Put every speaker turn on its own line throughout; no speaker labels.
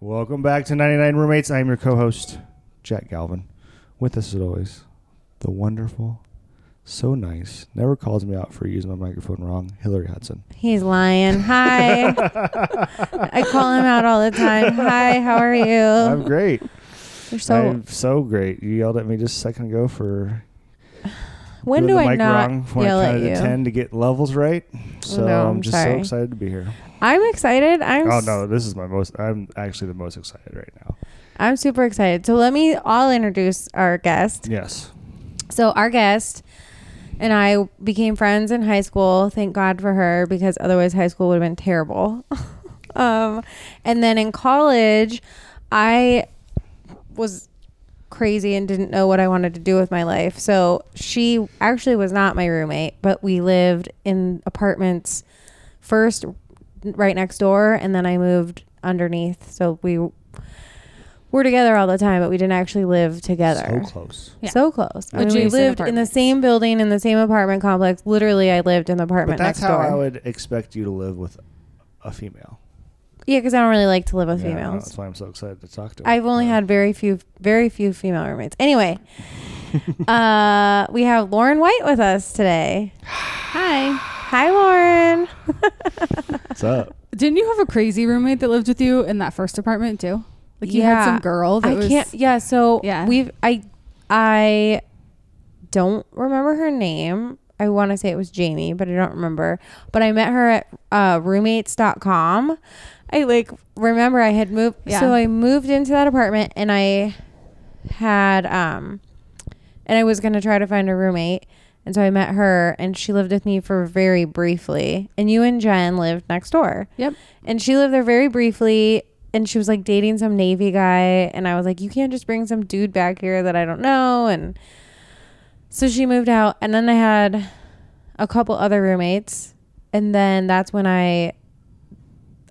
Welcome back to 99 Roommates. I'm your co host, Jack Galvin. With us, as always, the wonderful, so nice, never calls me out for using my microphone wrong, Hillary Hudson.
He's lying. Hi. I call him out all the time. Hi, how are you?
I'm great.
You're so.
I'm so great. You yelled at me just a second ago for
when
doing
do
the
I
mic
not
wrong when
yell
I
at
counted
you?
to 10 to get levels right. So
No,
I'm
I'm
just so
sorry. excited.
excited to be here.
I'm excited. I'm.
Oh
s-
no, this is my most. I'm actually the most excited right now.
I'm super excited. So let me. I'll introduce our guest.
Yes.
So our guest and I became friends in high school. Thank God for her because otherwise high school would have been terrible. um, and then in college, I was crazy and didn't know what I wanted to do with my life. So she actually was not my roommate, but we lived in apartments first right next door and then I moved underneath. So we were together all the time, but we didn't actually live together.
So close.
Yeah.
So close. I mean, we
Adjacent
lived in the
apartments.
same building in the same apartment complex. Literally, I lived in the
But
apartment
that's
next
how
door.
I would expect you to live with a female.
yeah, because I don't really like to live with
Yeah, That's
females.
why I'm so excited to talk to. her.
I've only
Yeah.
had very few, very few female roommates. Anyway, uh, we have Lauren White with us today.
Hi.
Hi, Lauren.
What's up?
Didn't you have a crazy roommate that lived with you in that first apartment too? Like you had
Yeah.
some girl that
I
was
can't. Yeah. So
Yeah.
we've. I. I don't remember her name. I want to say it was Jamie, but I don't remember. But I met her at uh, roommates.com. I like remember I had moved.
Yeah.
So I moved into that apartment and I had um and I was gonna try to find a roommate. And so I met her and she lived with me for very briefly. And you and Jen lived next door.
Yep.
And she lived there very briefly. And she was like dating some Navy guy. And I was like, you can't just bring some dude back here that I don't know. And so she moved out. And then I had a couple other roommates. And then that's when I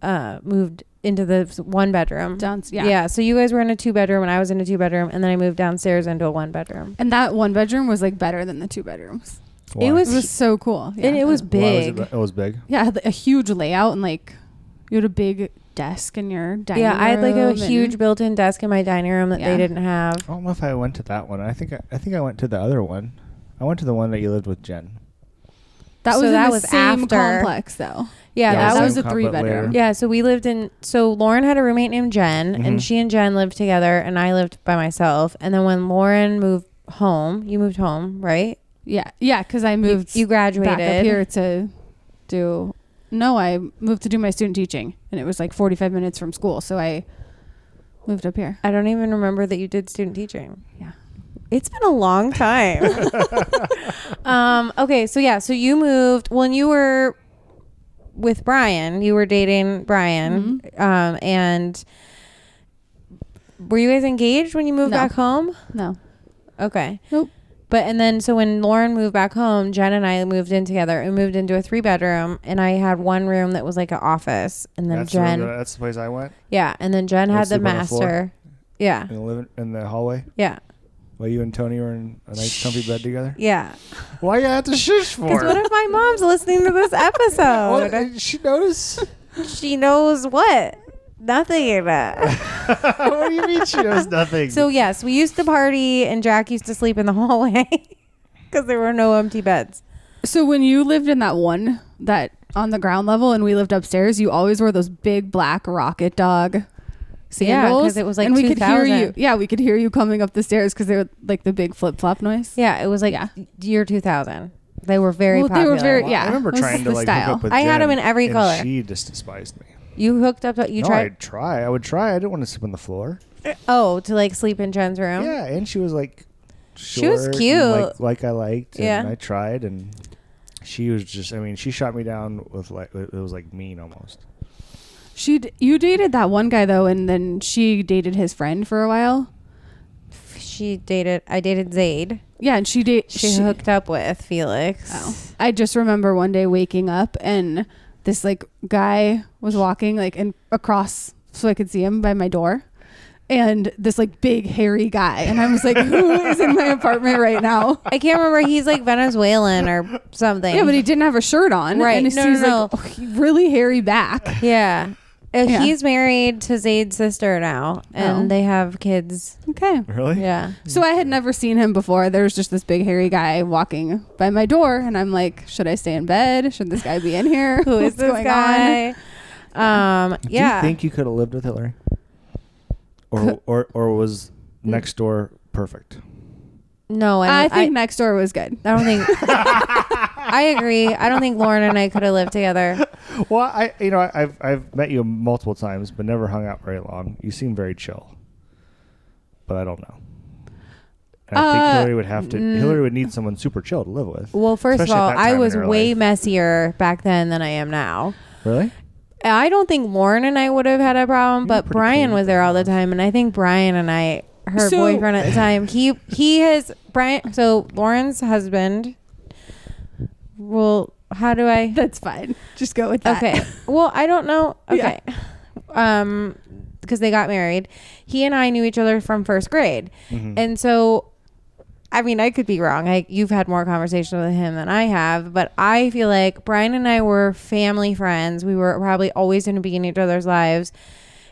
uh, moved into the one bedroom.
down. Yeah.
Yeah. So you guys were in a two bedroom and I was in a two bedroom. And then I moved downstairs into a one bedroom.
And that one bedroom was like better than the two bedrooms.
Why?
It was,
It was so cool. Yeah.
and it was
Why was
big.
it, it was big.
yeah, it had a huge layout and like you had a big desk in your dining
yeah, I had like a
room and-
huge built-in desk in my dining room that they
Yeah.
didn't have.
I don't know if I went to that one. I think I, I think I went to the other one. I went to the one that you lived with Jen.
that
so
was in
that
the
was
same
after-
complex though.
Yeah,
Yeah,
that
same
was
a three-bedroom.
yeah. So we lived in. So Lauren had a roommate named Jen,
Mhm.
and she and Jen lived together, and I lived by myself. And then when Lauren moved home, you moved home, right?
Yeah. Yeah, cuz I moved
You graduated.
back up here to do No, I moved to do my student teaching and it was like 45 minutes from school, so I moved up here.
I don't even remember that you did student teaching.
Yeah.
It's been a long time. um, okay, so yeah, so you moved when you were with Brian, you were dating Brian,
Mm-hmm.
um, and were you guys engaged when you moved
No.
back home?
No.
Okay.
Nope.
But and then so when Lauren moved back home, Jen and I moved in together and moved into a three bedroom, and I had one room that was like an office, and then
that's
Jen,
The, that's the place I went
yeah, and then Jen
They
had the
sleep on the floor?
master, yeah,
in the living in the hallway.
yeah,
While you and Tony were in a nice comfy bed together.
yeah.
Why you had to shush for?
Because what if my mom's listening to this
What-
episode?
did she notice?
she knows what nothing.
what do you mean she knows nothing?
So yes, we used to party, and Jack used to sleep in the hallway because there were no empty beds.
So when you lived in that one that on the ground level and we lived upstairs, you always wore those big black rocket dog sandals.
'cause it was, like,
and we could hear
2000.
you. Yeah, we could hear you coming up the stairs because they were like the big flip flop noise.
Yeah, it was like
Yeah.
year two thousand. They were very
Well, they
popular.
were very-
Well, I
yeah,
remember
it was
trying to
the
like hook
style.
up with
I
Jen,
had them in every
and
color.
She just despised me.
You hooked up. You
no,
tried.
I'd try. I would try. I didn't want to sleep on the floor.
Oh, to like sleep in Jen's room.
Yeah, and she was like,
She was
short and,
cute.
like, like I liked.
Yeah.
and I tried, and she was just. I mean, she shot me down with like it was like mean almost.
She d- you dated that one guy though, and then she dated his friend for a while.
She dated. I dated Zayd.
Yeah, and she date
She, hooked up with Felix.
Oh. I just remember one day waking up and this like guy was walking like in across so I could see him by my door. And this like big hairy guy. And I was like, who is in my apartment right now?
I can't remember. He's like Venezuelan or something.
Yeah, but "Oh, he didn't have a shirt on.
Right.
And he's
No,
he's
no,
like, really hairy back.
Yeah. Uh,
Yeah.
He's married to Zayd's sister now, and
Oh.
they have kids.
Okay.
Really?
Yeah.
So I had never seen him before. There was just this big hairy guy walking by my door, and I'm like, should I stay in bed? Should this guy be in here?
Who is
What's
this
going
guy?
on?"
Um,
Do
yeah.
you think you could have lived with Hillary? Or
Could-
or or was
Mm.
next door perfect?
no,
I,
I, I
think next door was good.
I don't think. I agree. I don't think Lauren and I could have lived together.
Well, I you know I- I've I've met you multiple times, but never hung out very long. You seem very chill, but I don't know. And I
Uh,
think Hillary would have to.
mm.
Hillary would need someone super chill to live with.
Well, first
Especially at
of all,
that
I
time in
was
her
way
life.
messier back then than I am now.
Really?
I don't think Lauren and I would have had a problem,
You were
but
pretty
Brian
clean.
was there all the time, and I think Brian and I, her
So-
boyfriend at the time, he he has Brian. So Lauren's husband. Well, how do I?
That's fine. Just go with that.
Okay. Well, I don't know.
Yeah.
Okay. Um, because they got married. He and I knew each other from first grade,
Mhm.
and so, I mean, I could be wrong. I you've had more conversations with him than I have, but I feel like Brian and I were family friends. We were probably always going to be in each other's lives.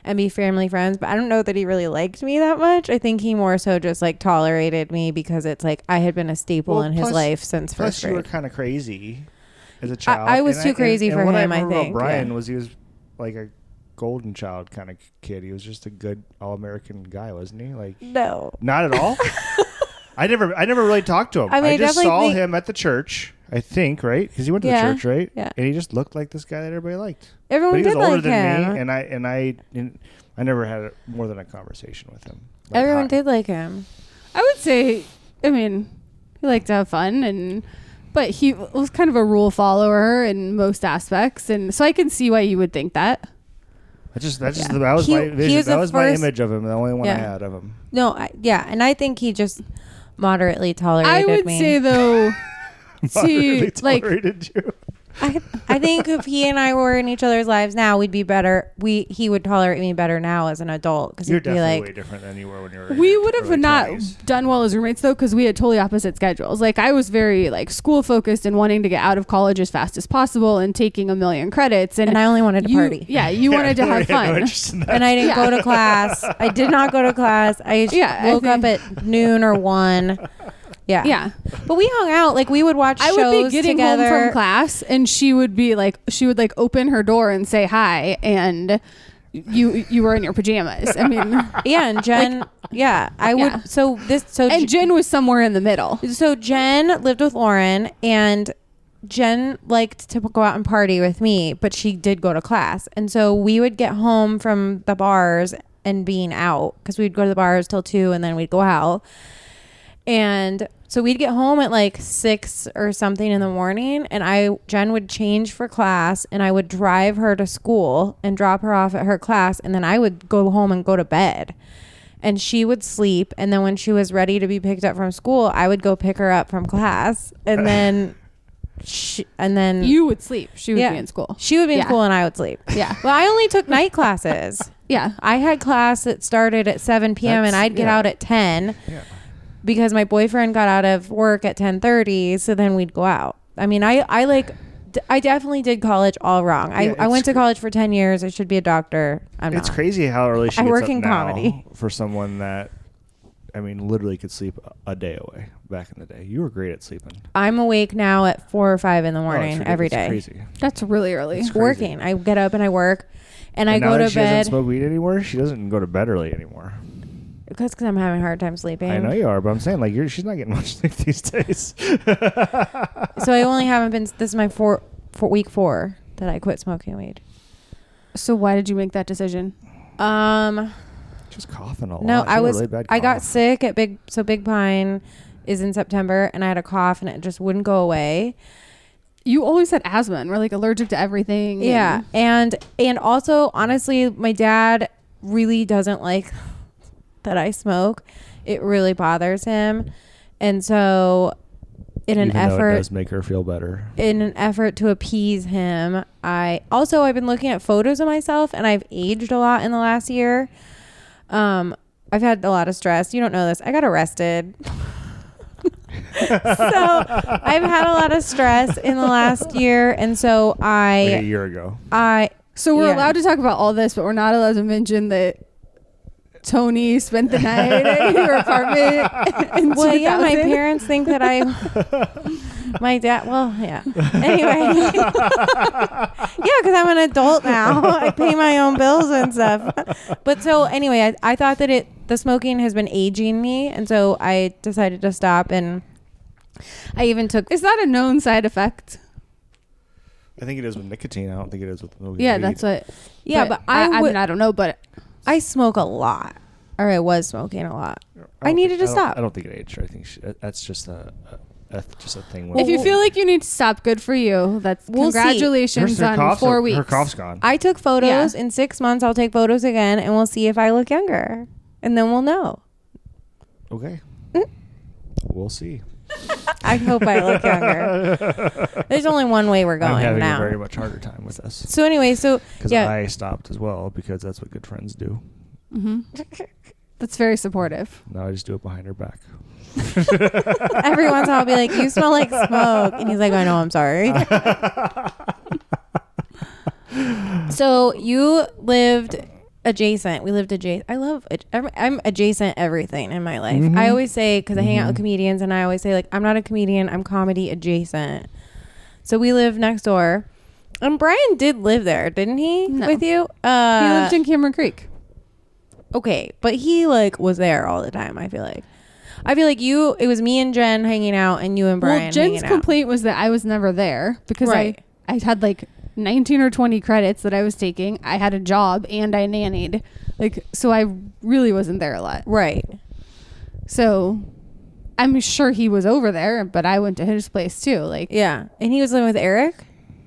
And be family friends, but I don't know that he really liked me that much. I think he more so just like tolerated me because it's like I had been a staple
Well,
in his
plus-
life since first
Plus, you
grade.
were kind of crazy as a child.
I was
And
too crazy
and,
for
and what
him, I
remember about
think,
Brian
yeah.
was he was like a golden child kind of kid. He was just a good all American guy, wasn't he? Like
no,
Not at all. I never, I never really talked to him.
I
I,
mean, I
just
definitely
saw
think-
him at the church. I think right because he went to
Yeah,
the church, right?
yeah.
And he just looked like this guy that everybody liked.
everyone
but he was
did
older
like
than
him.
me, and I and I and I never had a, more than a conversation with him. Like,
Everyone
hi.
did like him.
I would say, I mean, he liked to have fun and. But he was kind of a rule follower in most aspects, and so I can see why you would think that.
That's just that's
Yeah.
just that was
He-
my
he
vision.
was
that
the
was my
first-
image of him. The only one I
Yeah.
had of him.
No, I, yeah, and I think he just moderately tolerated
I would
me.
say though, to
Moderately
like
tolerated you.
I, I think if he and I were in each other's lives now, we'd be better. We he would tolerate me better now as an adult because
You're
he'd be
definitely
like,
way different than you were when you were. in
we
your
would have
early
not
20s.
done well as roommates though because we had totally opposite schedules like i was very like school focused and wanting to get out of college as fast as possible and taking a million credits and,
and I only wanted to
you,
party,
yeah you
Yeah,
wanted to
Hillary
have
had no
fun
interest in that.
and I didn't
Yeah.
go to class. I did not go to class. I just
Yeah, I
woke up
think-
at noon or one. Yeah,
yeah
But we hung out like we would watch
i
shows
would be getting
together.
home from class and she would be like she would like open her door and say hi and you you were in your pajamas i mean
Yeah, and Jen. yeah, I
Yeah.
would. So this. So
and jen was somewhere in the middle
so Jen lived with Lauren and Jen liked to go out and party with me, but she did go to class. And so we would get home from the bars and being out because we'd go to the bars till two and then we'd go out. And so we'd get home at like six or something in the morning, and I Jen would change for class, and I would drive her to school and drop her off at her class, and then I would go home and go to bed, and she would sleep, and then when she was ready to be picked up from school, I would go pick her up from class, and then, she, and then
you would sleep she would
Yeah.
be in school
she would be in
Yeah.
school, and I would sleep.
yeah
Well, I only took night classes.
yeah
I had class that started at 7 p.m. and
That's-
I'd get
yeah.
out at 10
Yeah.
because my boyfriend got out of work at 10:30, so then we'd go out. I mean, I I like d- I definitely did college all wrong.
Yeah,
I, I
it's
went to
cr-
college for 10 years. I should be a doctor. I'm
it's
not.
crazy how early she
I
gets
work
up
in
now
comedy.
for someone that I mean literally could sleep a- a day away back in the day. You were great at sleeping.
I'm awake now at 4 or 5 in the
Oh, it's
morning
ridiculous.
every
It's
day.
Crazy.
that's really early
It's crazy.
Working. I get up and I work and, I
And now
go
that
to
she doesn't
bed
smoke weed anymore. She doesn't go to bed early anymore.
because cuz I'm having a hard time sleeping.
I know you are, but I'm saying like you're, she's not getting much sleep these days.
So I only haven't been this is my four, four week 4 that I quit smoking weed.
so why did you make that decision
Um
She's coughing a lot.
No,
She
I
had a
was.
Really bad
I got
cough.
sick at Big. So Big Pine is in September, and I had a cough, and it just wouldn't go away.
You always had asthma and were like allergic to everything.
Yeah, and and also honestly, my dad really doesn't like that I smoke. It really bothers him, and so in an
Even though it
effort
does make her feel better.
in an effort to appease him i also i've been looking at photos of myself and i've aged a lot in the last year um i've had a lot of stress you don't know this i got arrested so i've had a lot of stress in the last year and so i
Like a year ago.
I
So we're
Yeah.
allowed to talk about all this, but we're not allowed to mention that Tony spent the night at your apartment. in
Well, yeah, my
2000.
parents think that I, my dad. Well, yeah. Anyway, yeah, because I'm an adult now. I pay my own bills and stuff. But so anyway, I, I thought that it the smoking has been aging me, and so I decided to stop. And I even took
Is that a known side effect?
I think it is with nicotine. I don't think it is with no
Yeah,
weed.
that's what.
yeah, but, I
I,
would-
mean, I don't know, but
I smoke a lot, or I was smoking a lot.
don't
I needed
think-
to
I don't-
stop.
I don't think it aged. her. I think she, that- that's just a, a, a just a thing.
if you feel like you need to stop, good for you. That's
We'll see.
congratulations on
cough's
four
her,
weeks.
her cough's gone.
I took photos. In six months, I'll take photos again, and we'll see if I look younger, and then we'll know.
okay, we'll see.
I hope I look younger. There's only one way we're
I'm
going
having a
now.
very much harder time with this
so anyway, so
because
yeah,
I stopped as well because that's what good friends do.
hmm That's very supportive.
Now I just do it behind her back.
every once in a while I'll be like, "You smell like smoke," and he's like, "I know, I'm sorry." so you lived adjacent. We lived adjacent. I love. Ad- I'm- I'm adjacent everything in my life.
Mhm.
I always say because I hang out with
Mhm.
comedians, and I always say like, "I'm not a comedian. I'm comedy adjacent." So we live next door. And Brian did live there, didn't he?
No.
With you,
he
uh,
lived in Cameron Creek.
Okay, but he like was there all the time. I feel like, I feel like you. It was me and Jen hanging out, and you and Brian.
well, Jen's
hanging out.
complaint was that I was never there because
Right.
I I had like 19 or 20 credits that I was taking. I had a job and I nannied. Like so I really wasn't there a lot.
right?
So I'm sure he was over there, but I went to his place too. Like
Yeah, and he was living with Eric.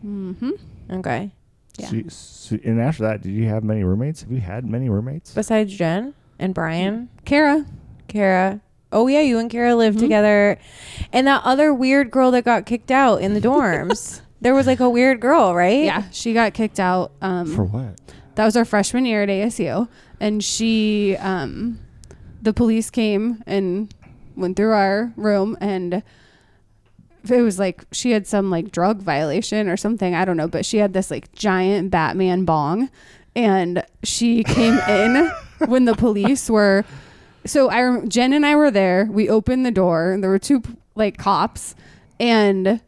Mm-hmm.
mhm.
Okay,
Yeah.
So, so, and after that, did you have many roommates? Have you had many roommates?
besides Jen and Brian,
Kara,
Kara. Oh yeah, you and Kara lived
Mhm.
together, and that other weird girl that got kicked out in the dorms. there was like a weird girl, right?
yeah, she got kicked out um
For what?
that was our freshman year at ASU, and she, um, the police came and went through our room, and it was like she had some like drug violation or something. I don't know, but she had this like giant Batman bong, and she came in when the police were. So I, rem- Jen and I were there. We opened the door, and there were two like cops, and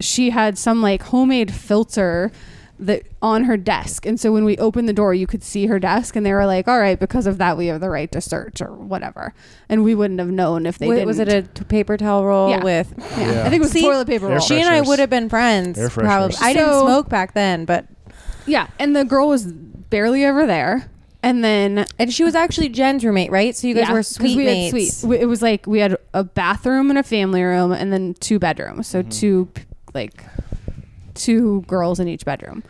she had some like homemade filter that on her desk. And so when we opened the door, you could see her desk, and they were like, "All right, because of that, we have the right to search or whatever." And we wouldn't have known if they
Wa-
didn't.
was it a t- paper towel roll
Yeah.
with?
Yeah.
Yeah.
I think it was
See,
toilet paper
Air
roll.
She and I
fresheners.
would have been friends.
Air
Probably.
fresheners.
I didn't
So-
smoke back then, but
yeah, and the girl was barely ever there. And then
And she was actually Jen's roommate, right? So you guys
Yeah,
were
'cause
sweet
we
mates.
had suite- we- It was like we had a bathroom and a family room, and then two bedrooms. So two p- like two girls in each bedroom.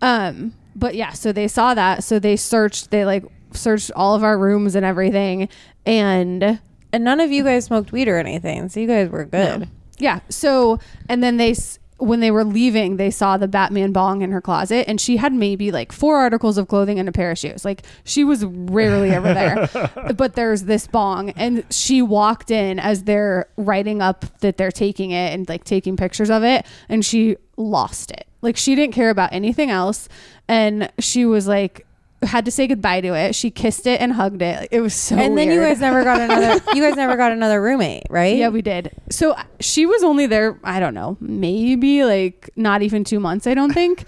Um, but yeah, so they saw that. So they searched. They like searched all of our rooms and everything, and
And none of you guys smoked weed or anything, so you guys were good.
No. Yeah. So, and then they, s- when they were leaving, they saw the Batman bong in her closet, and she had maybe like four articles of clothing and a pair of shoes. Like she was rarely ever there, but there's this bong, and she walked in as they're writing up that they're taking it and like taking pictures of it, and she lost it. Like she didn't care about anything else, and she was like. Had to say goodbye to it. She kissed it and hugged it. Like, It was so.
and then you
weird.
guys never got another. You guys never got another roommate, right?
Yeah, we did. So uh, she was only there, I don't know, maybe like not even two months, I don't think.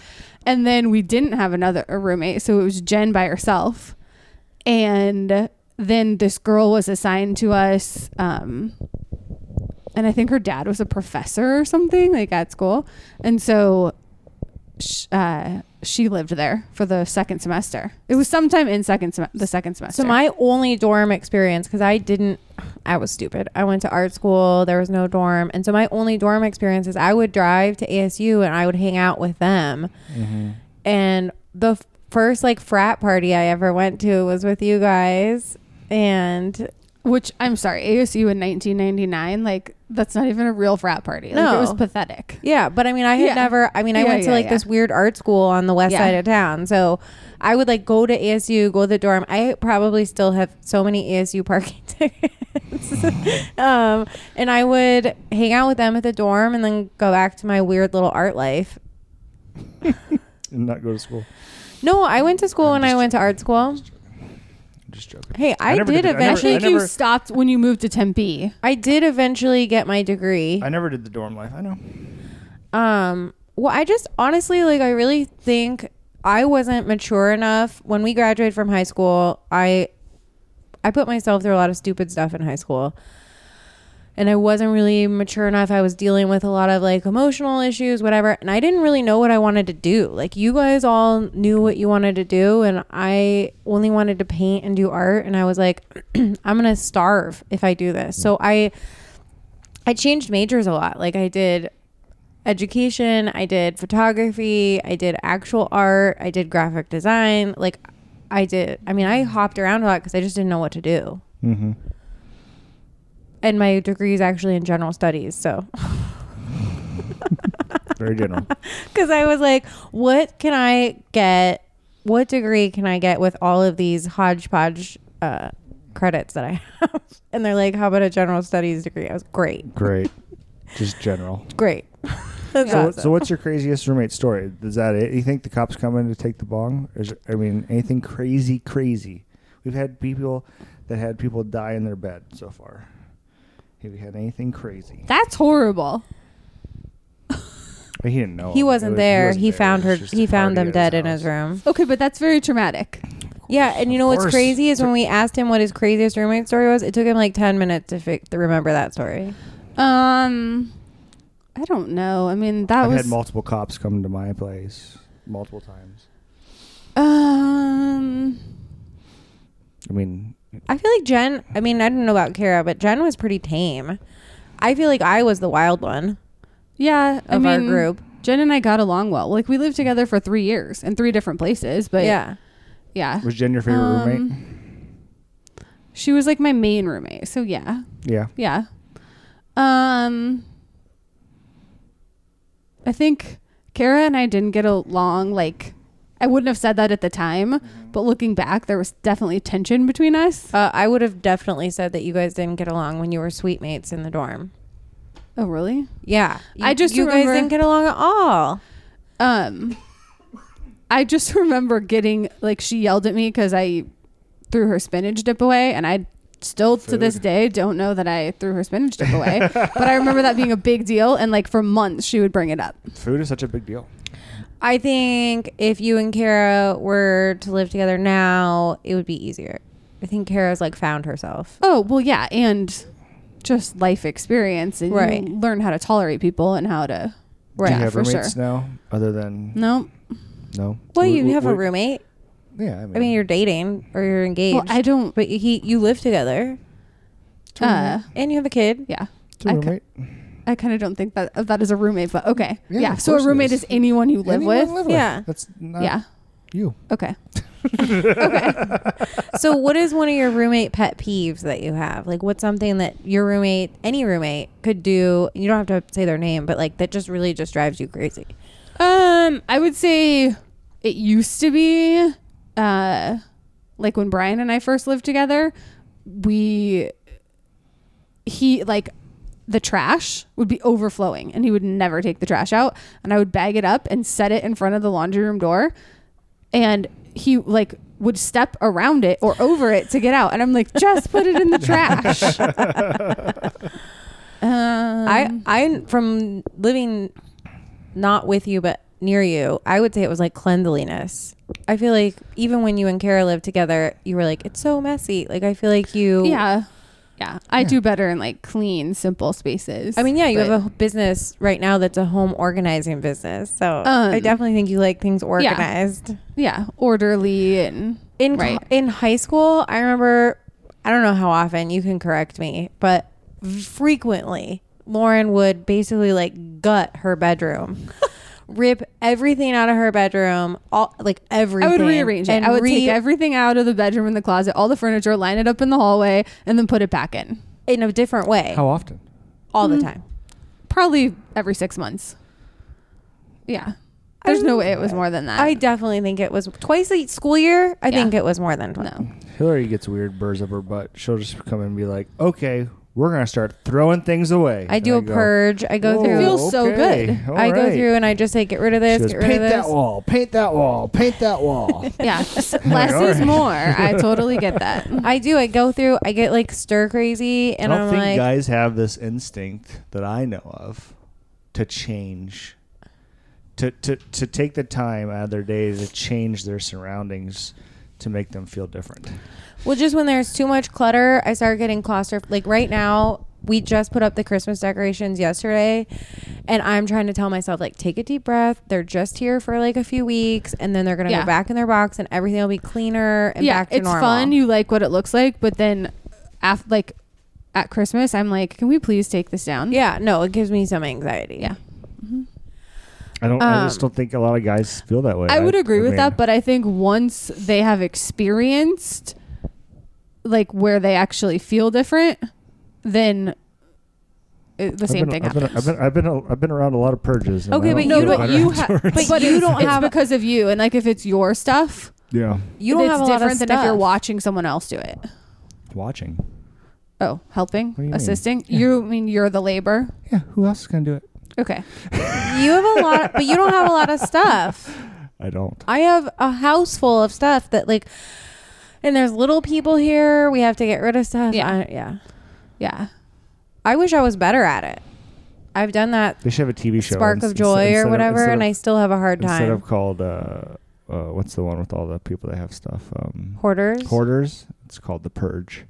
and then we didn't have another a roommate. So it was Jen by herself. And then this girl was assigned to us. Um, and I think her dad was a professor or something like at school. And so sh- uh, she lived there for the second semester. It was sometime in second sem- the second semester.
So my only dorm experience, because I didn't, I was stupid. I went to art school. There was no dorm, and so my only dorm experience is I would drive to ASU and I would hang out with them.
Mm-hmm.
And the f- first like frat party I ever went to was with you guys, and
Which I'm sorry, ASU in 1999, like that's not even a real frat party. Like,
No.
it was pathetic.
Yeah, but I mean, I had
Yeah.
never. I mean, I
Yeah,
went to
yeah,
like
yeah.
this weird art school on the west
Yeah.
side of town, so I would like go to ASU, go to the dorm. I probably still have so many ASU parking tickets, um, and I would hang out with them at the dorm and then go back to my weird little art life.
and not go to school.
No, I went to school
I'm
and I
just
went to art school.
I'm just joking.
Hey, I,
never
did
did it. I never- I
eventually.
Actually, I think
never-
you stopped when you moved to Tempe.
I did eventually get my degree.
I never did the dorm life. I know.
Um, well, I just honestly like I really think I wasn't mature enough when we graduated from high school. I I put myself through a lot of stupid stuff in high school. And I wasn't really mature enough. I was dealing with a lot of like emotional issues, whatever. And I didn't really know what I wanted to do. Like, you guys all knew what you wanted to do. And I only wanted to paint and do art. And I was like, I'm going to starve if I do this. So I, I changed majors a lot. Like, I did education, I did photography, I did actual art, I did graphic design. Like I did I mean I hopped around a lot cuz I just didn't know what to do.
Mm-hmm.
And my degree is actually in general studies, so
Very general.
cuz I was like, what can I get? What degree can I get with all of these hodgepodge uh credits that I have? And they're like, how about a general studies degree? I was great.
Great. Just general.
Great. That's
So,
awesome.
so what's your craziest roommate story? Is that it? You think the cops come in to take the bong? Or Is I mean, anything crazy, crazy? We've had people that had people die in their bed so far. Have you had anything crazy?
That's horrible.
He didn't know.
he
him. It
wasn't
was-
there.
wasn't
he
there.
found
It
her.
was just a
He found
party
them
at
dead in his
house.
room.
Okay, but that's very traumatic.
Yeah, and you know
Of
what's
course.
crazy is when we asked him what his craziest roommate story was, it took him like ten minutes to, fi- to remember that story.
Um, I don't know. I mean, that
I've
was
had multiple cops come to my place multiple times.
um.
I mean,
I feel like Jen. I mean, I don't know about Kara, but Jen was pretty tame. I feel like I was the wild one
Yeah, I
of our
mean,
group.
Jen and I got along well. Like we lived together for three years in three different places. But
But
yeah,
yeah,
yeah.
was Jen your favorite
Um,
roommate?
She was like my main roommate. So yeah,
Yeah.
yeah. Um, I think Kara and I didn't get along. Like I wouldn't have said that at the time, but looking back, there was definitely tension between us.
uh, I would have definitely said that you guys didn't get along when you were sweet mates in the dorm.
Oh, really?
Yeah,
I
You-
just
you
remember-
guys didn't get along at all.
Um, I just remember getting like she yelled at me because I threw her spinach dip away, and I still to this
Food.
day don't know that I threw her spinach dip away. but I remember that being a big deal, and like for months she would bring it up.
Food is such a big deal.
I think if you and Kara were to live together now, it would be easier. I think Kara's like found herself.
Oh well, yeah, and just life experience, and you
Right.
learn how to tolerate people and how to.
Right.
Do you
Yeah,
have
for
roommates
sure.
now? Other than
No,
no.
Well,
W-
you
w-
have a
w-
roommate.
Yeah, I mean,
I mean, you're dating or you're engaged.
well, I don't.
but he, you live together,
Uh,
and you have a kid.
yeah,
It's a
I c-
roommate.
I kind of don't think that that is a roommate, but okay,
Yeah,
yeah.
of
so
course
a
it
roommate
is.
is. anyone you live
Anyone
with.
live uh,
Yeah.
that's not
yeah.
you.
Okay.
So, what is one of your roommate pet peeves that you have? Like, what's something that your roommate, any roommate, could do? You don't have to say their name, but like that just really just drives you crazy.
Um, I would say it used to be, uh, like when Brian and I first lived together, we, he like, the trash would be overflowing and he would never take the trash out, and I would bag it up and set it in front of the laundry room door, and he like would step around it or over it to get out, and I'm like, just put it in the trash. um,
I, I, from living not with you but near you, I would say it was like cleanliness. I feel like even when you and Kara lived together, you were like, it's so messy. Like, I feel like you,
Yeah. Yeah. I
Yeah.
do better in like clean, simple spaces.
I mean, yeah, you
But-
have a business right now that's a home organizing business. So I
Um,
definitely think you like things organized.
yeah, orderly and
In co-
Right.
in high school, I remember I don't know how often you can correct me, but frequently Lauren would basically like gut her bedroom. Rip everything out of her bedroom, all like everything.
I would rearrange it.
and
I would
re-
take everything out of the bedroom and the closet, all the furniture, line it up in the hallway, and then put it back in.
in a different way
How often?
all the
Mm.
time.
Probably every six months. Yeah. There's no way it was more than that.
I definitely think it was twice a school year. I
Yeah.
think it was more than twice.
no.
Hillary gets weird burrs up her butt. She'll just come and be like, "Okay, we're gonna start throwing things away.
I do a
And go,
purge. I go
"Whoa,
through.
It feels so
okay,
good.
all
I go
right."
through and I just say, get rid of
She
this,
goes,
get rid of
paint
this.
that wall, paint that wall, paint that wall.
Yeah, s- less is
Alright.
more. I totally get that.
I do. I go through. I get like stir crazy, and
I don't
I'm
think
like,
guys have this instinct that I know of to change, to, to, to take the time out of their day to change their surroundings to make them feel different.
well, just when there's too much clutter, I start getting claustro. Like right now, we just put up the Christmas decorations yesterday, and I'm trying to tell myself like, take a deep breath. They're just here for like a few weeks, and then they're gonna
Yeah.
go back in their box, and everything will be cleaner and
yeah,
back to
it's
normal.
fun. You like what it looks like, but then, af- like at Christmas, I'm like, can we please take this down?
yeah, no, it gives me some anxiety.
yeah.
I don't. I just
Um,
don't think a lot of guys feel that way.
I would agree with
mean,
that, but I think once they have experienced like where they actually feel different, then it, the
I've
same
been-
thing
I've been,
happens.
I've been, I've been, I've been around a lot of purges. and
Okay,
I don't
but
feel
you-
that
but
way
you
ha-
afterwards.
but
but
you
you
don't
don't it's
have-
because of you, and like if it's your stuff,
yeah,
You don't
it's
have a lot of
different than if you're
stuff.
watching someone else do it.
watching.
Oh, helping,
do you mean?
assisting.
Yeah.
You mean you're the labor?
Yeah, who else is gonna do it?
Okay.
You have a lot, but you don't have a lot of stuff.
I don't.
I have a house full of stuff that like, and there's little people here. We have to get rid of stuff.
Yeah.
I, yeah.
Yeah.
I wish I was better at it. I've done that
They should have a TV show.
spark
ins-
of joy
instead
or
of-
whatever,
instead
and
of-
I still have a hard
instead
time.
of called uh, uh, what's the one with all the people that have stuff um,
Hoarders.
hoarders it's called the purge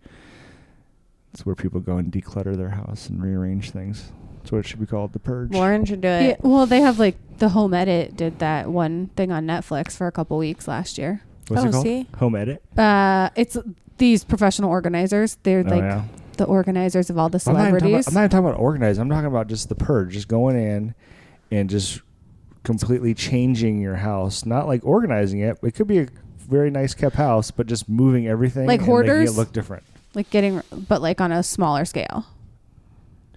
it's where people go and declutter their house and rearrange things that's what it should be called the purge
Lauren should do it.
Yeah, well, they have like the Home Edit did that one thing on Netflix for a couple weeks last year.
what's
Oh,
it called
see?
home edit
Uh, it's these professional organizers. They're
Oh,
like
yeah.
the organizers of all the
I'm, not even talking
celebrities.
about, I'm not even talking about organized i'm talking about just the purge just going in and just completely changing your house not like organizing it it could be a very nice kept house but just moving everything
Like
and making
hoarders?
it look different
like getting, but like on a smaller scale.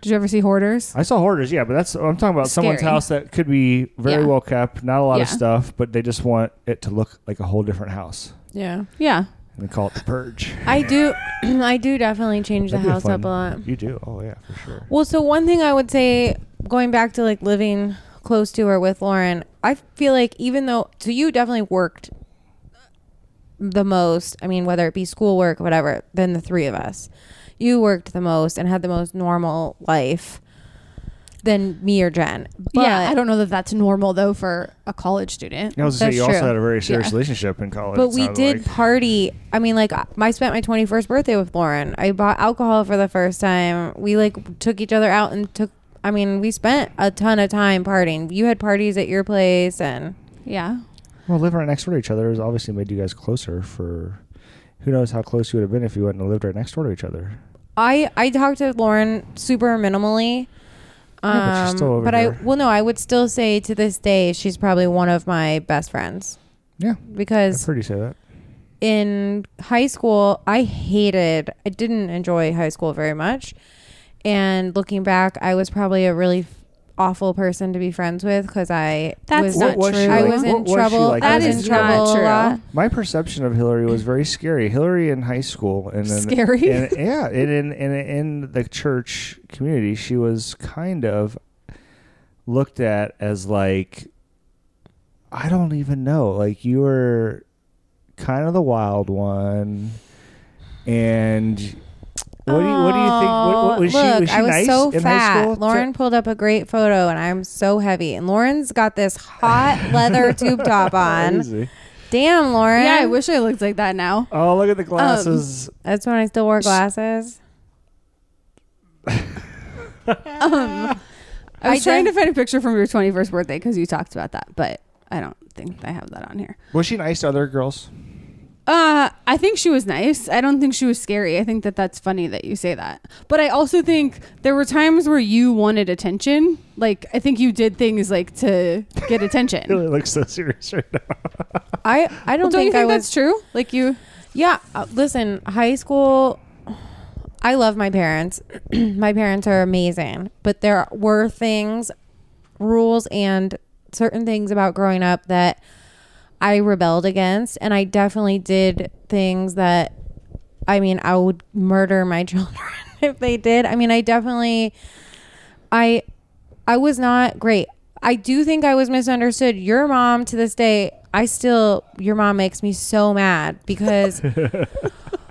Did you ever see Hoarders?
I saw hoarders, yeah, but that's I'm talking about someone's
Scary.
house that could be very
Yeah.
well kept, not a lot
Yeah.
of stuff, but they just want it to look like a whole different house,
Yeah.
Yeah.
and they call it the purge.
I do. I do definitely change the
That'd be a
house up
fun-
a lot.
You do, oh yeah, for sure.
Well, so one thing I would say, going back to like living close to or with Lauren, I feel like even though, so you definitely worked the most, I mean, whether it be schoolwork, whatever, than the three of us. You worked the most and had the most normal life than me or Jen. But
yeah. I don't know that that's normal though for a college student.
I was gonna
that's
say you also
true.
had a very serious
Yeah.
relationship in college.
But
it
we
sounded
did
like.
party. I mean, like I I spent my 21st birthday with Lauren. I bought alcohol for the first time. We like took each other out and took. I mean, we spent a ton of time partying. You had parties at your place, and
Yeah.
Well, living right next door to each other has obviously made you guys closer. For who knows how close you would have been if you wouldn't have lived right next door to each other.
I I talked to Lauren super minimally. Um,
Yeah, but she's still over
but
here.
I well no, I would still say to this day she's probably one of my best friends
Yeah, I've
because
heard you say that.
in high school, I hated, I didn't enjoy high school very much. And looking back, I was probably a really f- awful person to be friends with because I
That's
was
not
What was she
true.
I
like-
was
what
in
was she
trouble.
like
I was
as
in
a
trouble
not
a
true.
lot.
My perception of Hillary was very scary. Hillary in high school and then,
Scary?
and- yeah, and in, in in the church community, she was kind of looked at as like I don't even know, like you were kind of the wild one, and what do you what do you think? What, what- was
Look,
she was she
I was
nice
so
in high school?
fat. Lauren pulled up a great photo, and I'm so heavy. And Lauren's got this hot leather tube top on.
Crazy.
Damn, Lauren.
Yeah. I wish I looked like that now.
Oh, look
Um,
at the glasses.
That's when I still wore glasses.
Um,
Um,
I was
I
trying
did-
to find a picture from your 21st birthday because you talked about that, but I don't think I have that on here.
was she nice to other girls?
Uh, I think she was nice. I don't think she was scary. I think that that's funny that you say that. But I also think there were times where you wanted attention. Like I think you did things like to get attention.
Hillary looks so serious right now.
I I don't,
Don't, you
think,
think
I was
that's true? Like you,
Yeah, uh, listen, high school. I love my parents. my parents are amazing, but there were things, rules, and certain things about growing up that I rebelled against, and I definitely did things that. I mean, I would murder my children if they did. I mean, I definitely I I was not great. I do think I was misunderstood. Your mom to this day, I still your mom makes me so mad because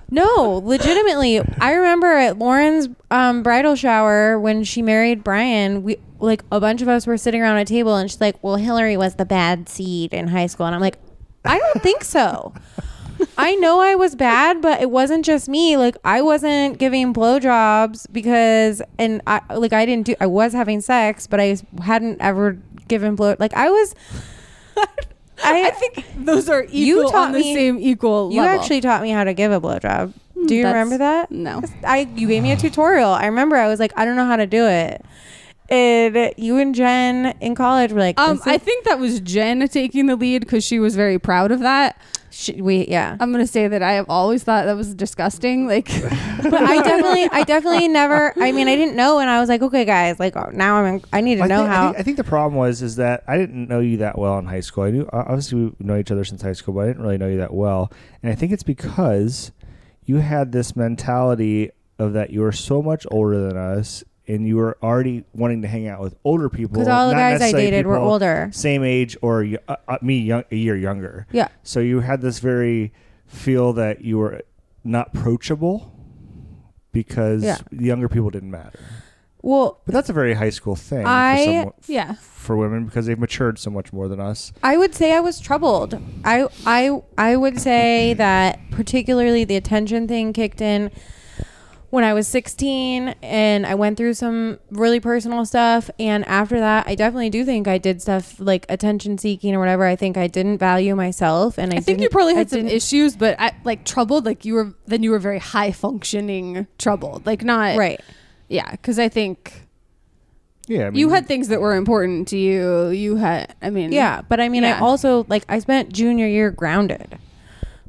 no, legitimately, I remember at Lauren's um, bridal shower when she married Brian, we like a bunch of us were sitting around a table and she's like, "Well, Hillary was the bad seed in high school." And I'm like, "I don't think so." I know I was bad, but it wasn't just me. Like I wasn't giving blowjobs because, and I like I didn't do. I was having sex, but I hadn't ever given blow. Like I was.
I, think those are equal
You taught
on the
me-
same equal
You
level. Hmm,
actually taught me how to give a blowjob. Do you
That's-
remember that?
No.
I you gave me a tutorial. I remember I was like, I don't know how to do it. And you and Jen in college were like,
Um,
this
I
is-
think that was Jen taking the lead because she was very proud of that.
sh- we yeah.
I'm gonna say that I have always thought that was disgusting. Like,
but I definitely, I definitely never. I mean, I didn't know, and I was like, okay, guys, like oh, now I'm, I need to
I
know
think, I
how.
think- I think the problem was is that I didn't know you that well in high school. I knew obviously we know each other since high school, but I didn't really know you that well. And I think it's because you had this mentality of that you were so much older than us, and you were already wanting to hang out with older people.
Because all the
not
guys I
necessarily
dated were
people
older.
same age or y- uh, uh, me, young, a year younger.
Yeah.
So you had this very feel that you were not approachable because
Yeah.
younger people didn't matter.
Well,
But that's a very high school thing.
I-
for someone,
yeah,
for women because they've matured so much more than us.
I would say I was troubled. I I I would say that particularly the attention thing kicked in when I was 16 and I went through some really personal stuff and after that I definitely do think I did stuff like attention seeking or whatever. I think I didn't value myself and I,
I, think
didn't-
you probably had
I
some
didn't-
issues, but I, like troubled. Like you were then you were very high functioning troubled. Like not
Right.
Yeah, because I think
Yeah, I mean,
you had things that were important to you. You had, I mean,
Yeah, but I mean, I
Yeah.
also like I spent junior year grounded.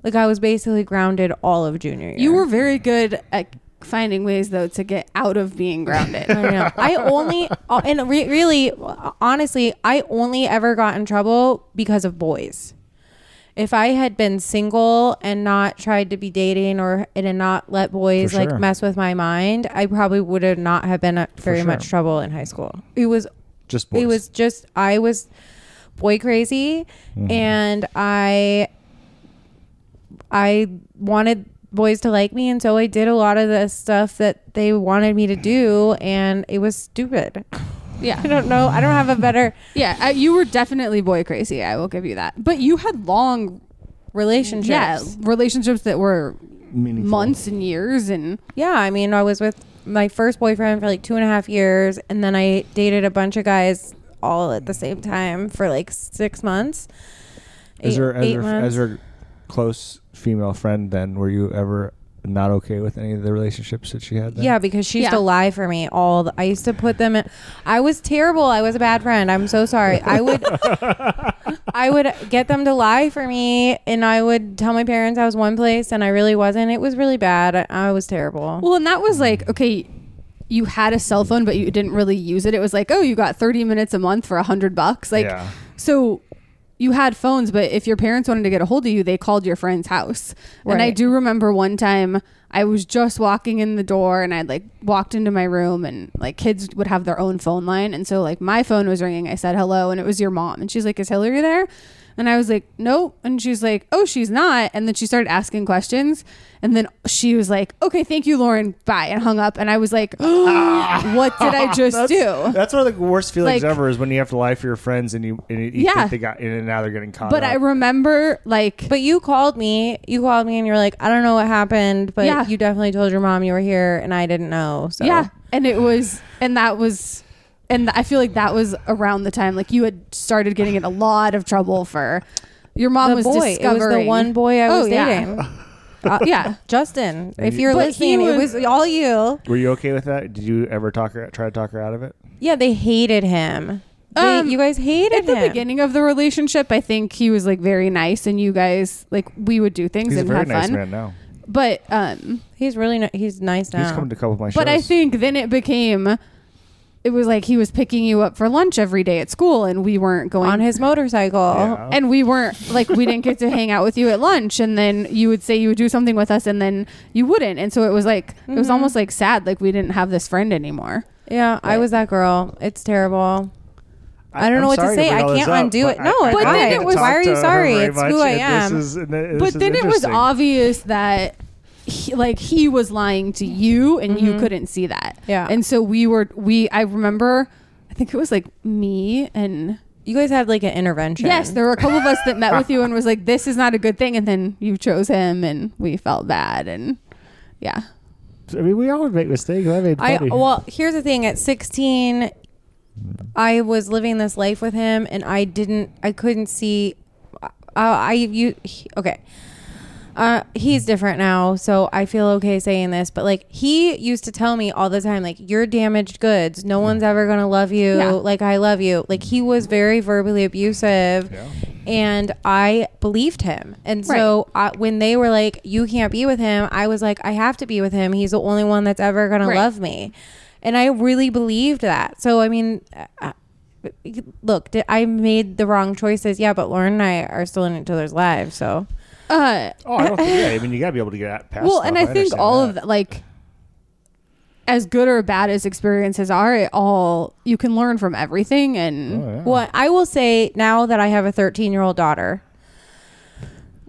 Like I was basically grounded all of junior year.
you were very good at finding ways though to get out of being grounded.
I know. I only uh, and re- really, uh, honestly, I only ever got in trouble because of boys. If I had been single and not tried to be dating or and had not let boys
For
like
sure.
mess with my mind, I probably would have not have been uh, very
sure.
much trouble in high school. It was
just boys.
it was just I was boy crazy
Mm-hmm.
and I I wanted boys to like me and so I did a lot of the stuff that they wanted me to do and it was stupid.
yeah,
I don't know. I don't have a better
yeah. I, you were definitely boy crazy. I will give you that. But you had long
relationship.
yeah relationships that were
Meaningful.
months and years and
Yeah, I mean, I was with my first boyfriend for like two and a half years, and then I dated a bunch of guys all at the same time for like six months.
As
Eight-
your as
eight
your
months.
as your close female friend, then were you ever not okay with any of the relationships that she had? Then?
Yeah, because she used
Yeah.
to lie for me all. The, I used to put them. in I was terrible. I was a bad friend. I'm so sorry. I would, I would get them to lie for me, and I would tell my parents I was one place, and I really wasn't. It was really bad. I, I was terrible.
well and that was like okay you had a cell phone but you didn't really use it it was like oh you got 30 minutes a month for 100 bucks like
Yeah.
so you had phones but if your parents wanted to get a hold of you they called your friend's house and i
Right.
do remember one time i was just walking in the door and i'd like walked into my room and like kids would have their own phone line and so like my phone was ringing i said hello and it was your mom and she's like is hillary there and i was like nope and she's like oh she's not and then she started asking questions and then she was like okay thank you lauren bye and hung up and i was like what did i just
That's,
do
that's one of the worst feelings
Like-
ever is when you have to lie for your friends and you and you, you
Yeah.
think they got in and now they're getting caught.
but
up.
i remember like
But you called me. You called me, and you were like, "I don't know what happened, but
Yeah.
you definitely told your mom you were here, and I didn't know." So
Yeah, and it was, and that was, and I feel like that was around the time like you had started getting in a lot of trouble for your mom
the
was
boy, it was
discovering
the one boy I was
Oh, yeah.
dating. Uh,
Yeah.
Justin, if you're
But he
listening,
was-
it was all you.
were you okay with that? Did you ever talk her try to talk her out of it?
Yeah, they hated him. They,
Um,
you guys hated
At the
him.
beginning of the relationship, I think he was like very nice, and you guys like we would do things
He's a
and
very
have
nice
fun.
man now.
But um,
He's really ni- he's nice now.
He's come to a couple of my shows.
but I think then it became it was like he was picking you up for lunch every day at school and we weren't going
on his motorcycle.
Yeah.
and we weren't like we didn't get to hang out with you at lunch and then you would say you would do something with us and then you wouldn't and so it was like it was
Mhm.
almost like sad like we didn't have this friend anymore
Yeah, I
But-
was that girl. It's terrible. I don't know what to
sorry
say.
bring
I
all this
can't
up,
undo it.
I- I-
No,
I
but
don't
then
get
it
to
was-
talk
why are you
to her
sorry?
very
It's who
much,
I
and
am.
This is, and th- this
but then
is
it was
interesting.
obvious that he, like he was lying to you and you couldn't see that
Yeah.
and so we were we i remember i think it was like me and
You guys had like an intervention.
yes there were a couple of us that met with you and was like this is not a good thing and then you chose him and we felt bad and yeah
I mean, we all make mistakes. I made
I
plenty.
well, here's the thing. At 16, I was living this life with him, and I didn't. I couldn't see. I, I you he- okay. Uh, he's different now, so I feel okay saying this. But like, he used to tell me all the time, like, "You're damaged goods. No one's ever gonna love you
Yeah.
like I love you." Like, he was very verbally abusive,
Yeah.
and I believed him. And so I, when they were like, "You can't be with him," I was like, "I have to be with him. He's the only one that's ever gonna
Right.
love me," and I really believed that. So I mean. I, Look, did, I made the wrong choices. Yeah, but Lauren and I are still in each other's lives. So
uh
oh, I don't think. Yeah, I mean, you gotta be able to get at- past.
well
stuff.
and i, think
understand
all
that.
of that like as good or bad as experiences are it all you can learn from everything and
Oh, yeah.
Well, I will say now that I have a 13 year old daughter,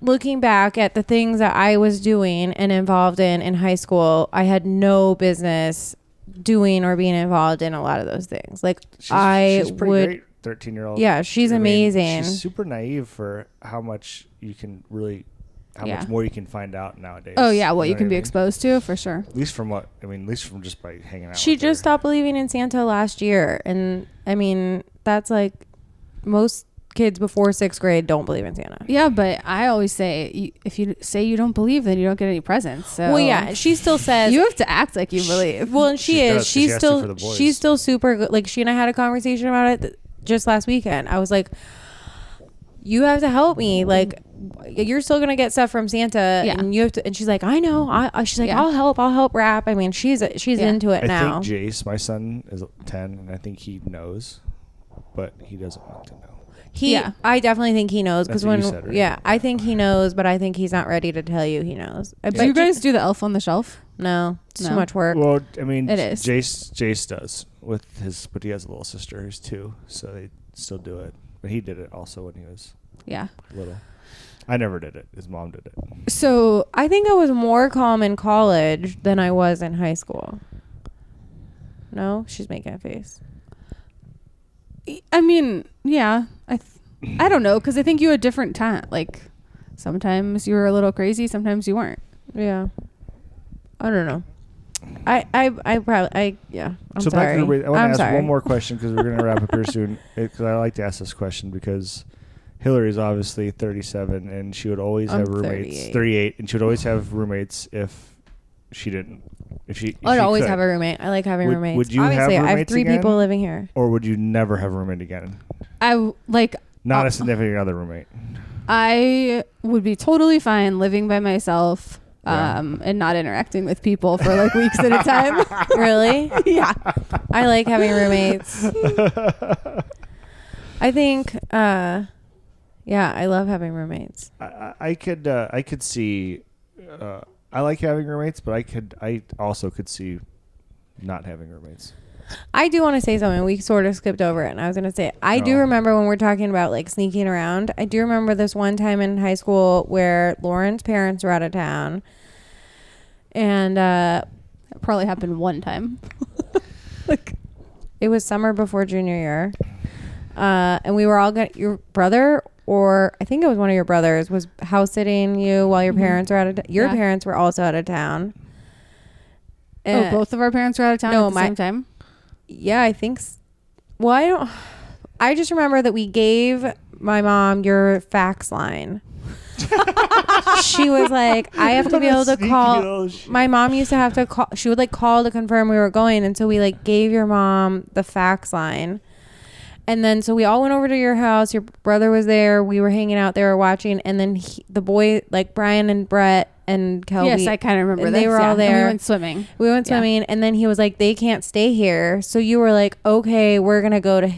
looking back at the things that I was doing and involved in in high school, I had no business doing or being involved in a lot of those things. Like
She's,
I
she's pretty
would,
great, thirteen year old.
yeah, she's
I mean,
amazing.
she's super naive for how much you can really, how
Yeah.
much more you can find out nowadays.
oh yeah what
know
you can be
I mean?
exposed to for sure
At least from what I mean, at least from just by hanging out.
she
with her.
just stopped believing in Santa last year, and I mean that's like most kids before sixth grade don't believe in Santa.
yeah but i always say you- if you say you don't believe then you don't get any presents so
Well, yeah, she still says
you have to act like you
She-
believe
well, and she,
She
is.
does, 'cause she
she's
has to for
still
the boys.
she's still super good. Like she and I had a conversation about it th- just last weekend. I was like, "You have to help me. Like, you're still gonna get stuff from Santa,
Yeah.
and you have to." And she's like, "I know. I, I she's like,
Yeah.
I'll help. I'll help wrap. I mean, she's she's
Yeah.
into it
I
now.
think Jace, my son, is ten, and I think he knows, but he doesn't want to know.
he,
Yeah.
I definitely think he knows
That's
because
what
when
you said, right?
yeah, I think he knows, but I think he's not ready to tell you he knows. I
do
bet
you guys do the elf on the shelf
no, it's too
No.
much work.
Well, I mean,
Er, It is.
Jace. Jace does with his, but he has a little sister who's two, so they still do it. But he did it also when he was
yeah
little. I never did it. His mom did it.
so
I think I was more calm in college than I was in high school. No, she's making a face.
I mean, yeah, I, th- I don't know, because I think you had different time. Like, sometimes you were a little crazy, sometimes you weren't.
Yeah. I don't know. I I I probably I yeah. I'm
so back
sorry.
to the way, I want
I'm
to ask
sorry.
one more question because we're going to wrap up here soon. Because I like to ask this question because Hillary's obviously 37 and she would always
I'm
have roommates.
38.
38. and she would always have roommates if she didn't. If she, if
I'd
she
always
could.
have a roommate. I like having
Would-
roommates.
would you have
Obviously, I have
roommates
three
again?
people living here.
Or would you never have a roommate again?
I w- like
Not
Uh,
a significant other roommate.
I would be totally fine living by myself,
Yeah.
um, and not interacting with people for like weeks at a time.
really?
yeah,
I like having roommates. I think uh yeah, I love having roommates.
I- I, I could uh, I could see uh, I like having roommates, but I could I also could see not having roommates.
I do want to say something. We sort of skipped over it, and I was going to say I do
Oh.
remember when we're talking about like sneaking around. I do remember this one time in high school where Lauren's parents were out of town, and uh,
that probably happened one time.
it was summer before junior year, uh, and we were all going. Your brother, or I think it was one of your brothers, was house sitting you while your
Mhm.
parents were out of. T- your
Yeah.
parents were also out of town.
oh,
And-
both of our parents were out of town
No,
at the
my-
same time.
Yeah, I think. s- Well, I don't. I just remember that we gave my mom your fax line. she was like, I have to be able to call. My mom used to have to call. She would like call to confirm we were going, and so we like gave your mom the fax line. And then so we all went over to your house. Your brother was there. We were hanging out. They were watching, and then he, the boy, like Brian and Brett, and Kelby.
yes, I kind of remember.
and
this,
they were all
yeah. And
there.
We went swimming.
we went
yeah.
swimming, and then he was like, "They can't stay here." So you were like, "Okay, we're gonna go to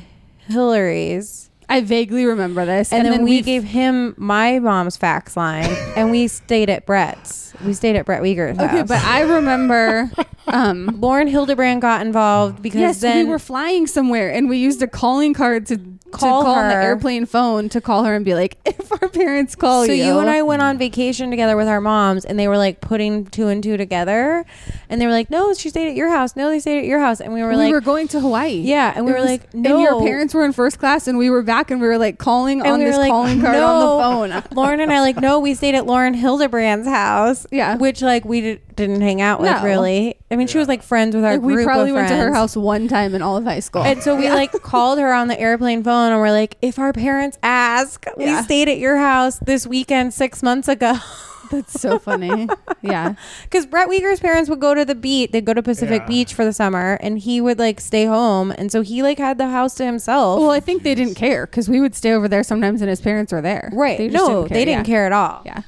Hillary's."
I vaguely remember this.
and, then, we,
f-
gave him my mom's fax line, and we stayed at Brett's. We stayed at Brett Weger's
Okay,
house.
but I remember. Um,
Lauren Hildebrand got involved because
yes,
then
we were flying somewhere, and we used a calling card to
Call
to call on the
her.
airplane phone to call her and be like, if our parents call
so
you,
you. and I went on vacation together with our moms, and they were like putting two and two together, and they were like, "No, she stayed at your house. No, they stayed at your house," and we were
we
like,
were going to Hawaii.
"Yeah," and we
It
were
was-
like, "No."
And your parents were in first class, and we were back, and we were like calling
And
on
we were
this
like,
calling card on the phone.
Lauren and I like, no, we stayed at Lauren Hildebrand's house.
Yeah.
Which like we did, didn't hang out with
No.
really. I mean, she was like friends with our
like
group
we probably
of
went to her
friends.
house one time in all of high school.
And so we like called her on the airplane phone and we're like, if our parents ask,
Yeah.
we stayed at your house this weekend six months ago.
That's so funny. yeah.
Because Brett Weger's parents would go to the beach, they'd go to Pacific
Yeah.
Beach for the summer, and he would like stay home. And so he like had the house to himself.
Well, I think they didn't care because we would stay over there sometimes, and his parents were there.
right.
They just
no, they didn't
yeah.
care at all.
Yeah.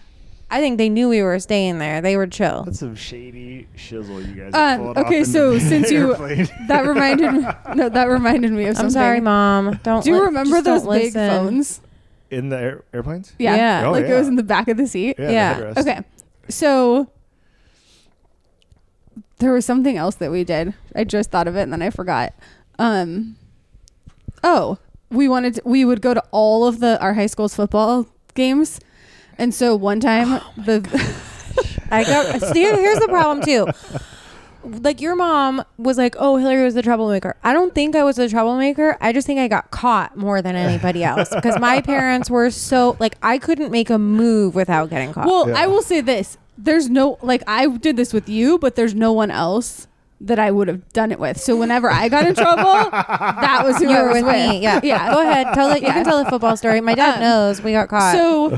I think they knew we were staying there. They were chill.
That's some shady shizzle you guys. are
Um,
pulling off
okay,
into
so
the
since you
airplane.
that reminded me, no, that reminded me of something.
I'm sorry, mom. Don't
Do you
li-
remember
just
those
don't
big
listen.
phones?
in the air- airplanes,
Yeah,
Yeah.
Oh,
like
yeah.
it was in the back of the seat.
yeah, the
Yeah.
headrest.
Okay, so there was something else that we did. I just thought of it and then I forgot. Um, oh, we wanted to, we would go to all of the our high school's football games, and so one time
Oh
the
I got. see, here's the problem too. Like your mom was like, "Oh, Hillary was the troublemaker." I don't think I was the troublemaker. I just think I got caught more than anybody else because my parents were so like I couldn't make a move without getting caught.
Well,
Yeah.
I will say this. There's no like I did this with you, but there's no one else that I would have done it with. So whenever I got in trouble, that was who
you
I
were
was
with me. Yeah,
Yeah.
Go ahead. Tell it. You
Yeah.
can tell the football story. My dad
Um,
knows we got caught.
So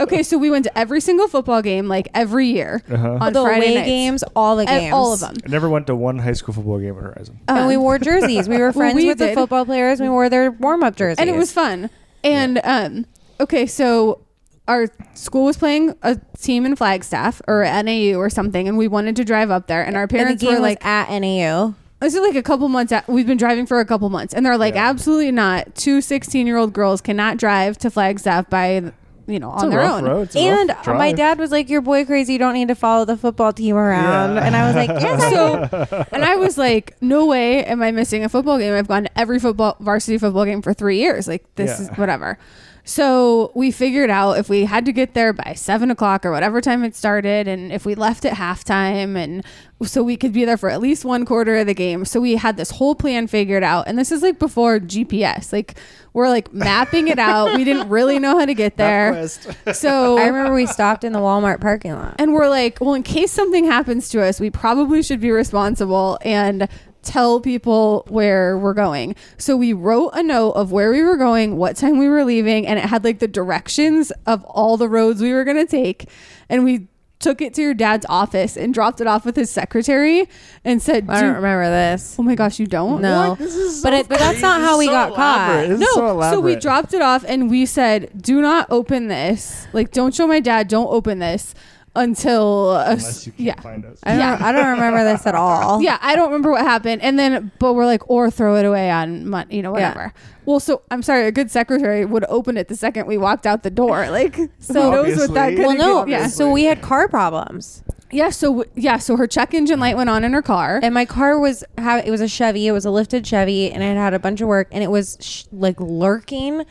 okay, so we went to every single football game like every year
Uh-huh.
on
the
Friday
away
nights.
games, all the
At
games,
all of them. Um,
I never went to one high school football game at Horizon.
and we wore jerseys. We were friends
we
with the
did.
football players. We wore their warm up jerseys,
and it was fun. And um, okay, so our school was playing a team in Flagstaff or NAU or something, and we wanted to drive up there. And our
And the
parents
game
were like,
was at NAU.
this is like a couple months out. we've been driving for a couple months and they're like
Yeah.
absolutely not two 16 year old girls cannot drive to flagstaff by you know on
It's a
their
rough
own
road. It's a
and
rough
my
drive.
dad was like, "Your boy crazy. You don't need to follow the football team around."
Yeah.
And I was like, "Yes, I do."
so and i was like no way am i missing a football game i've gone to every football varsity football game for three years like this
Yeah.
is whatever so we figured out if we had to get there by seven o'clock or whatever time it started and if we left at halftime and so we could be there for at least one quarter of the game so we had this whole plan figured out and this is like before gps like we're like mapping it out we didn't really know how to get there so
I remember we stopped in the Walmart parking lot.
and we're like, well, in case something happens to us, we probably should be responsible and tell people where we're going. So we wrote a note of where we were going, what time we were leaving, and it had like the directions of all the roads we were going to take. And we took it to your dad's office and dropped it off with his secretary and said,
I don't
"Do-
remember this.
Oh my gosh, you don't?
No, but it, but that's not how we got caught.
This
no,
is so
so we
elaborate.
dropped it off and we said, "Do not open this. Like, don't show my dad. Don't open this until a s-
Unless you can't
yeah,
find us.
I don't, I don't remember this at all.
yeah, I don't remember what happened. And then, but we're like, or throw it away on mon- you know, whatever. Well, so I'm sorry, a good secretary would open it the second we walked out the door. Like, so who knows what that
Obviously.
could
Well, no.
Yeah.
So we had car problems,
yeah. So, w- yeah. So her check engine light went on in her car.
and my car was ha- it was a Chevy. It was a lifted Chevy, and it had a bunch of work, and it was sh- like lurking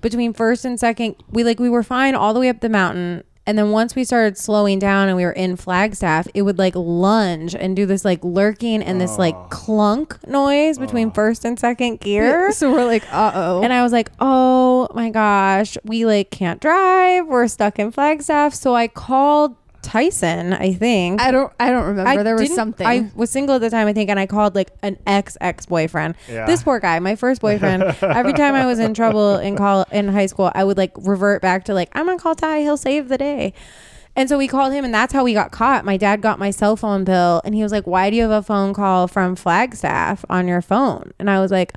between first and second. We like we were fine all the way up the mountain. And then once we started slowing down and we were in Flagstaff, it would like lunge and do this like lurking and this like clunk noise between first and second gear.
so we're like, uh oh.
And I was like, oh my gosh, we like can't drive. We're stuck in Flagstaff. So I called Tyson, I think.
I don't, I don't remember. there was
didn't-
something.
I was single at the time, I think, and I called like an ex ex boyfriend.
Yeah.
This poor guy, my first boyfriend. every time I was in trouble in call in high school, I would like revert back to like I'm gonna call Ty. He'll save the day. And so we called him, and that's how we got caught. My dad got my cell phone bill, and he was like, "Why do you have a phone call from Flagstaff on your phone?" And I was like,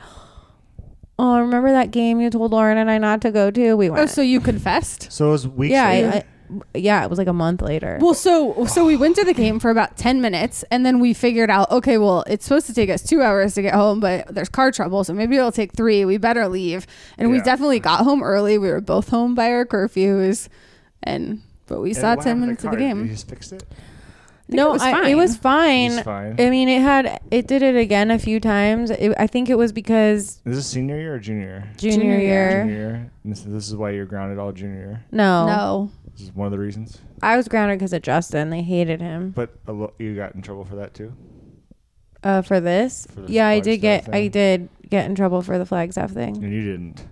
"Oh, remember that game you told Lauren and I not to go to? We went."
oh, so you confessed?
So it was weeks
yeah, I,
later.
I, yeah, it was like a month later.
Well, so so we went to the game for about ten minutes, and then we figured out, okay, well, it's supposed to take us two hours to get home, but there's car trouble, so maybe it'll take three. We better leave, and we
Yeah.
definitely got home early. We were both home by our curfews, and but we
And
saw
what
ten
happened to
minutes of the
car? Did You
game.
just fixed it.
think
no,
it was
I, it
fine.
was fine.
It's fine.
I mean, it had it did it again a few times. It, I think it was because
Is this senior year or junior year?
junior,
Junior
year.
year.
Junior year. And this, this is why you're grounded all junior year.
No,
No,
This is one of the reasons.
I was grounded because of Justin. They hated him
But a lo- you got in trouble for that too.
uh, for this.
For the
yeah, I
flag
did get
staff
I
thing.
did get in trouble for the flag staff thing.
And you didn't.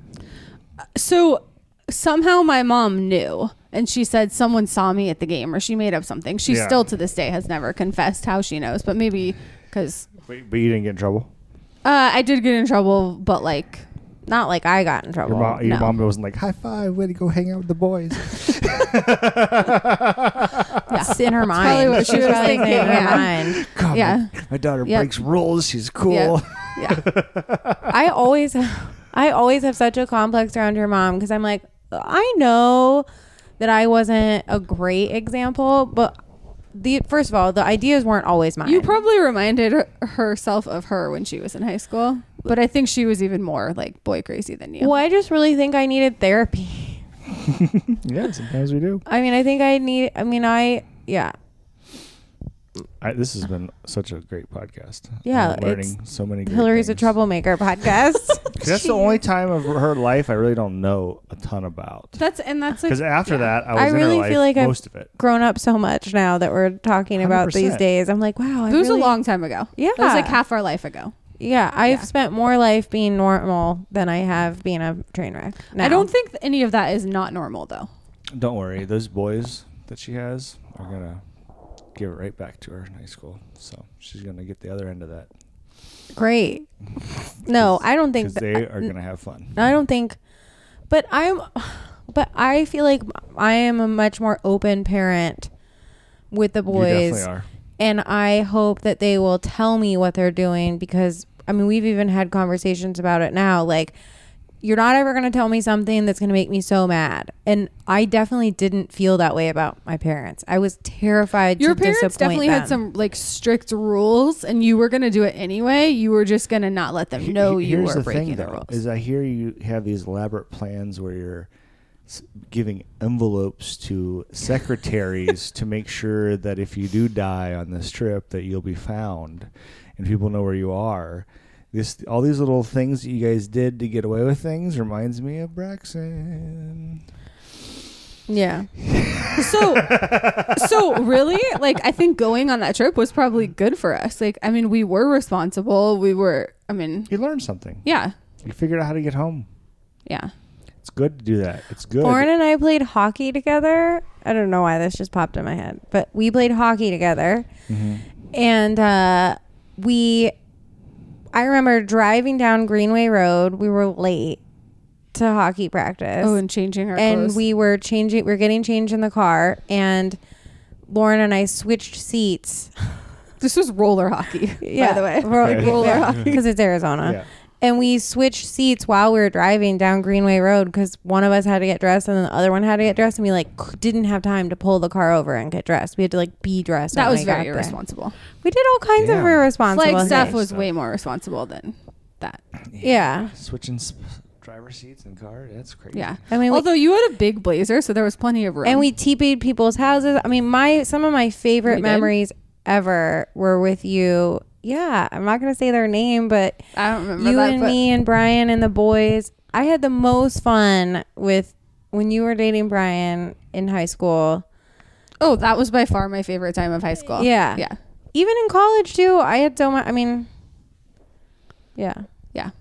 so somehow my mom knew, and she said someone saw me at the game, or she made up something. She
Yeah.
still to this day has never confessed how she knows, but maybe because
But, but you didn't get in trouble.
uh, I did get in trouble, but like.
Not like I got in trouble.
Your, mom, your
no.
mom wasn't like, high five, way to go hang out with the boys.
It's in her mind.
probably what she
She's
was
probably
thinking,
saying in her
yeah.
mind.
God, my-
Yeah.
my, daughter
Yep.
breaks rules. She's cool.
Yeah. Yeah.
I always, I always have such a complex around your mom because I'm like, I know that I wasn't a great example, but the first of all, the ideas weren't always mine.
You probably reminded her- herself of her when she was in high school, but I think she was even more like boy crazy than you.
well, I just really think I needed therapy.
yeah, sometimes we do.
I mean, I think I need. I mean, I yeah,
I, this has been such a great podcast.
Yeah,
I'm learning so many. great
Hillary's a
things.
troublemaker podcast.
'Cause That's the only time of her life I really don't know a ton about.
That's and that's
Because
like
after that, I was
I
in
really
her life
feel like I've-
most of it.
Grown up so much now that we're talking about these
100%.
days. I'm like, wow, I
it was
really-
a long time ago.
Yeah,
It was like half our life ago.
Yeah, I've
Yeah.
spent more life being normal than I have being a train wreck.
I
now.
don't think any of that is not normal though.
Don't worry, those boys that she has are gonna give it right back to her in high school. So she's gonna get the other end of that
great. No, I don't think
because
that.
they are gonna have fun.
I don't think, but I'm, but I feel like I am a much more open parent with the
You
boys,
definitely are.
and I hope that they will tell me what they're doing because I mean we've even had conversations about it now, like. You're not ever going to tell me something that's going to make me so mad. And I definitely didn't feel that way about my parents. I was terrified
Your
to
parents
disappoint
definitely
them.
had some like strict rules, and you were gonna do it anyway. You were just gonna not let them know
He- he-
you
here's
were
the
breaking
thing,
the
though,
rules.
Is I hear you have these elaborate plans where you're s- giving envelopes to secretaries to make sure that if you do die on this trip, that you'll be found, and people know where you are. This all these little things that you guys did to get away with things reminds me of Braxton.
Yeah.
so so really like i think going on that trip was probably good for us like i mean we were responsible we were i mean
You learned something.
yeah
You figured out how to get home.
yeah
It's good to do that. It's good.
Lauren and I played hockey together. I don't know why this just popped in my head, but we played hockey together.
Mhm.
And uh, we, I remember driving down Greenway Road. We were late to hockey practice.
oh and changing our
and
clothes.
we were changing, we were getting changed in the car. And Lauren and I switched seats.
this was roller hockey by the
Oh
way
Okay.
Roller
Roller
hockey. Because it's Arizona
Yeah.
and we switched seats while we were driving down Greenway Road because one of us had to get dressed and then the other one had to get dressed, and we like c- didn't have time to pull the car over and get dressed. We had to like be dressed.
that
when
was
we got
very
there.
irresponsible
We did all kinds of
Damn.
irresponsible
flag staff
things.
was way more responsible than that
yeah.
Switching sp- driver seats and car. That's crazy.
yeah
I mean, we-
although you had a big blazer so there was plenty of room
and we teepeed people's houses. I mean, my some of my
We
favorite
did?
memories ever were with you. Yeah, I'm not gonna say their name, but
i don't remember
you
that
and
but
me and Brian and the boys. I had the most fun with when you were dating Brian in high school.
oh that was by far my favorite time of high school
Yeah.
Oh, yeah
Even in college too, I had so much. I mean, yeah,
yeah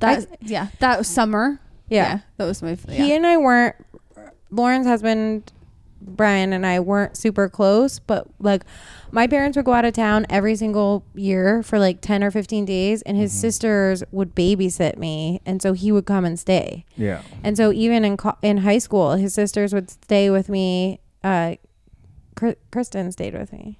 that
I-
yeah that was summer
yeah.
that was my f- yeah.
He and I weren't. Lauren's husband, Brian, and I weren't super close, but like, my parents would go out of town every single year for like ten or fifteen days, and
Mm-hmm.
his sisters would babysit me, and so he would come and stay.
Yeah.
And so even in co- in high school, his sisters would stay with me. Uh, Kr- Kristen stayed with me.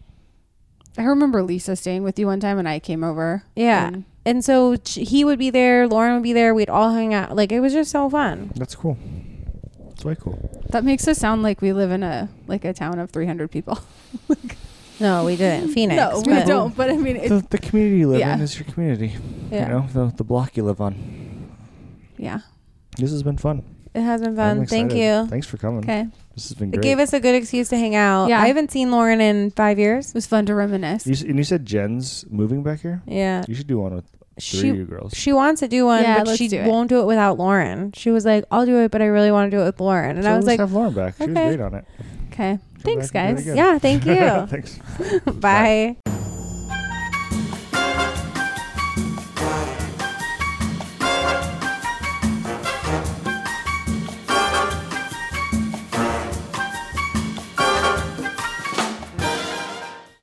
I remember Lisa staying with you one time, and I came over.
Yeah.
and-
And so ch- he would be there, Lauren would be there, we'd all hang out. Like it was just so fun.
That's cool. It's way cool.
That makes us sound like we live in a like a town of 300 people.
No, we didn't. Phoenix.
no, we
but-
don't. But I mean, it's,
The, the community you live
yeah.
in is your community.
Yeah.
You know, the, the block you live on.
yeah.
This has been fun.
It has been
I'm
fun. Thank
excited.
you.
Thanks for coming.
Okay.
This has been
It
great.
gave us a good excuse to hang out.
Yeah.
I haven't seen Lauren in five years.
It was fun to reminisce.
you, s- and you said Jen's moving back here?
Yeah.
You should do one with three of
She
you girls.
she wants to do one,
Yeah,
but
let's
she
do it.
won't do it without Lauren. She was like, I'll do it, but I really want to do it with Lauren. And
So
I was
let's
like,
have Lauren back. She was
okay.
great on it.
Okay.
Come
Thanks,
back and do
guys.
it again.
Yeah, thank you.
Thanks.
Bye.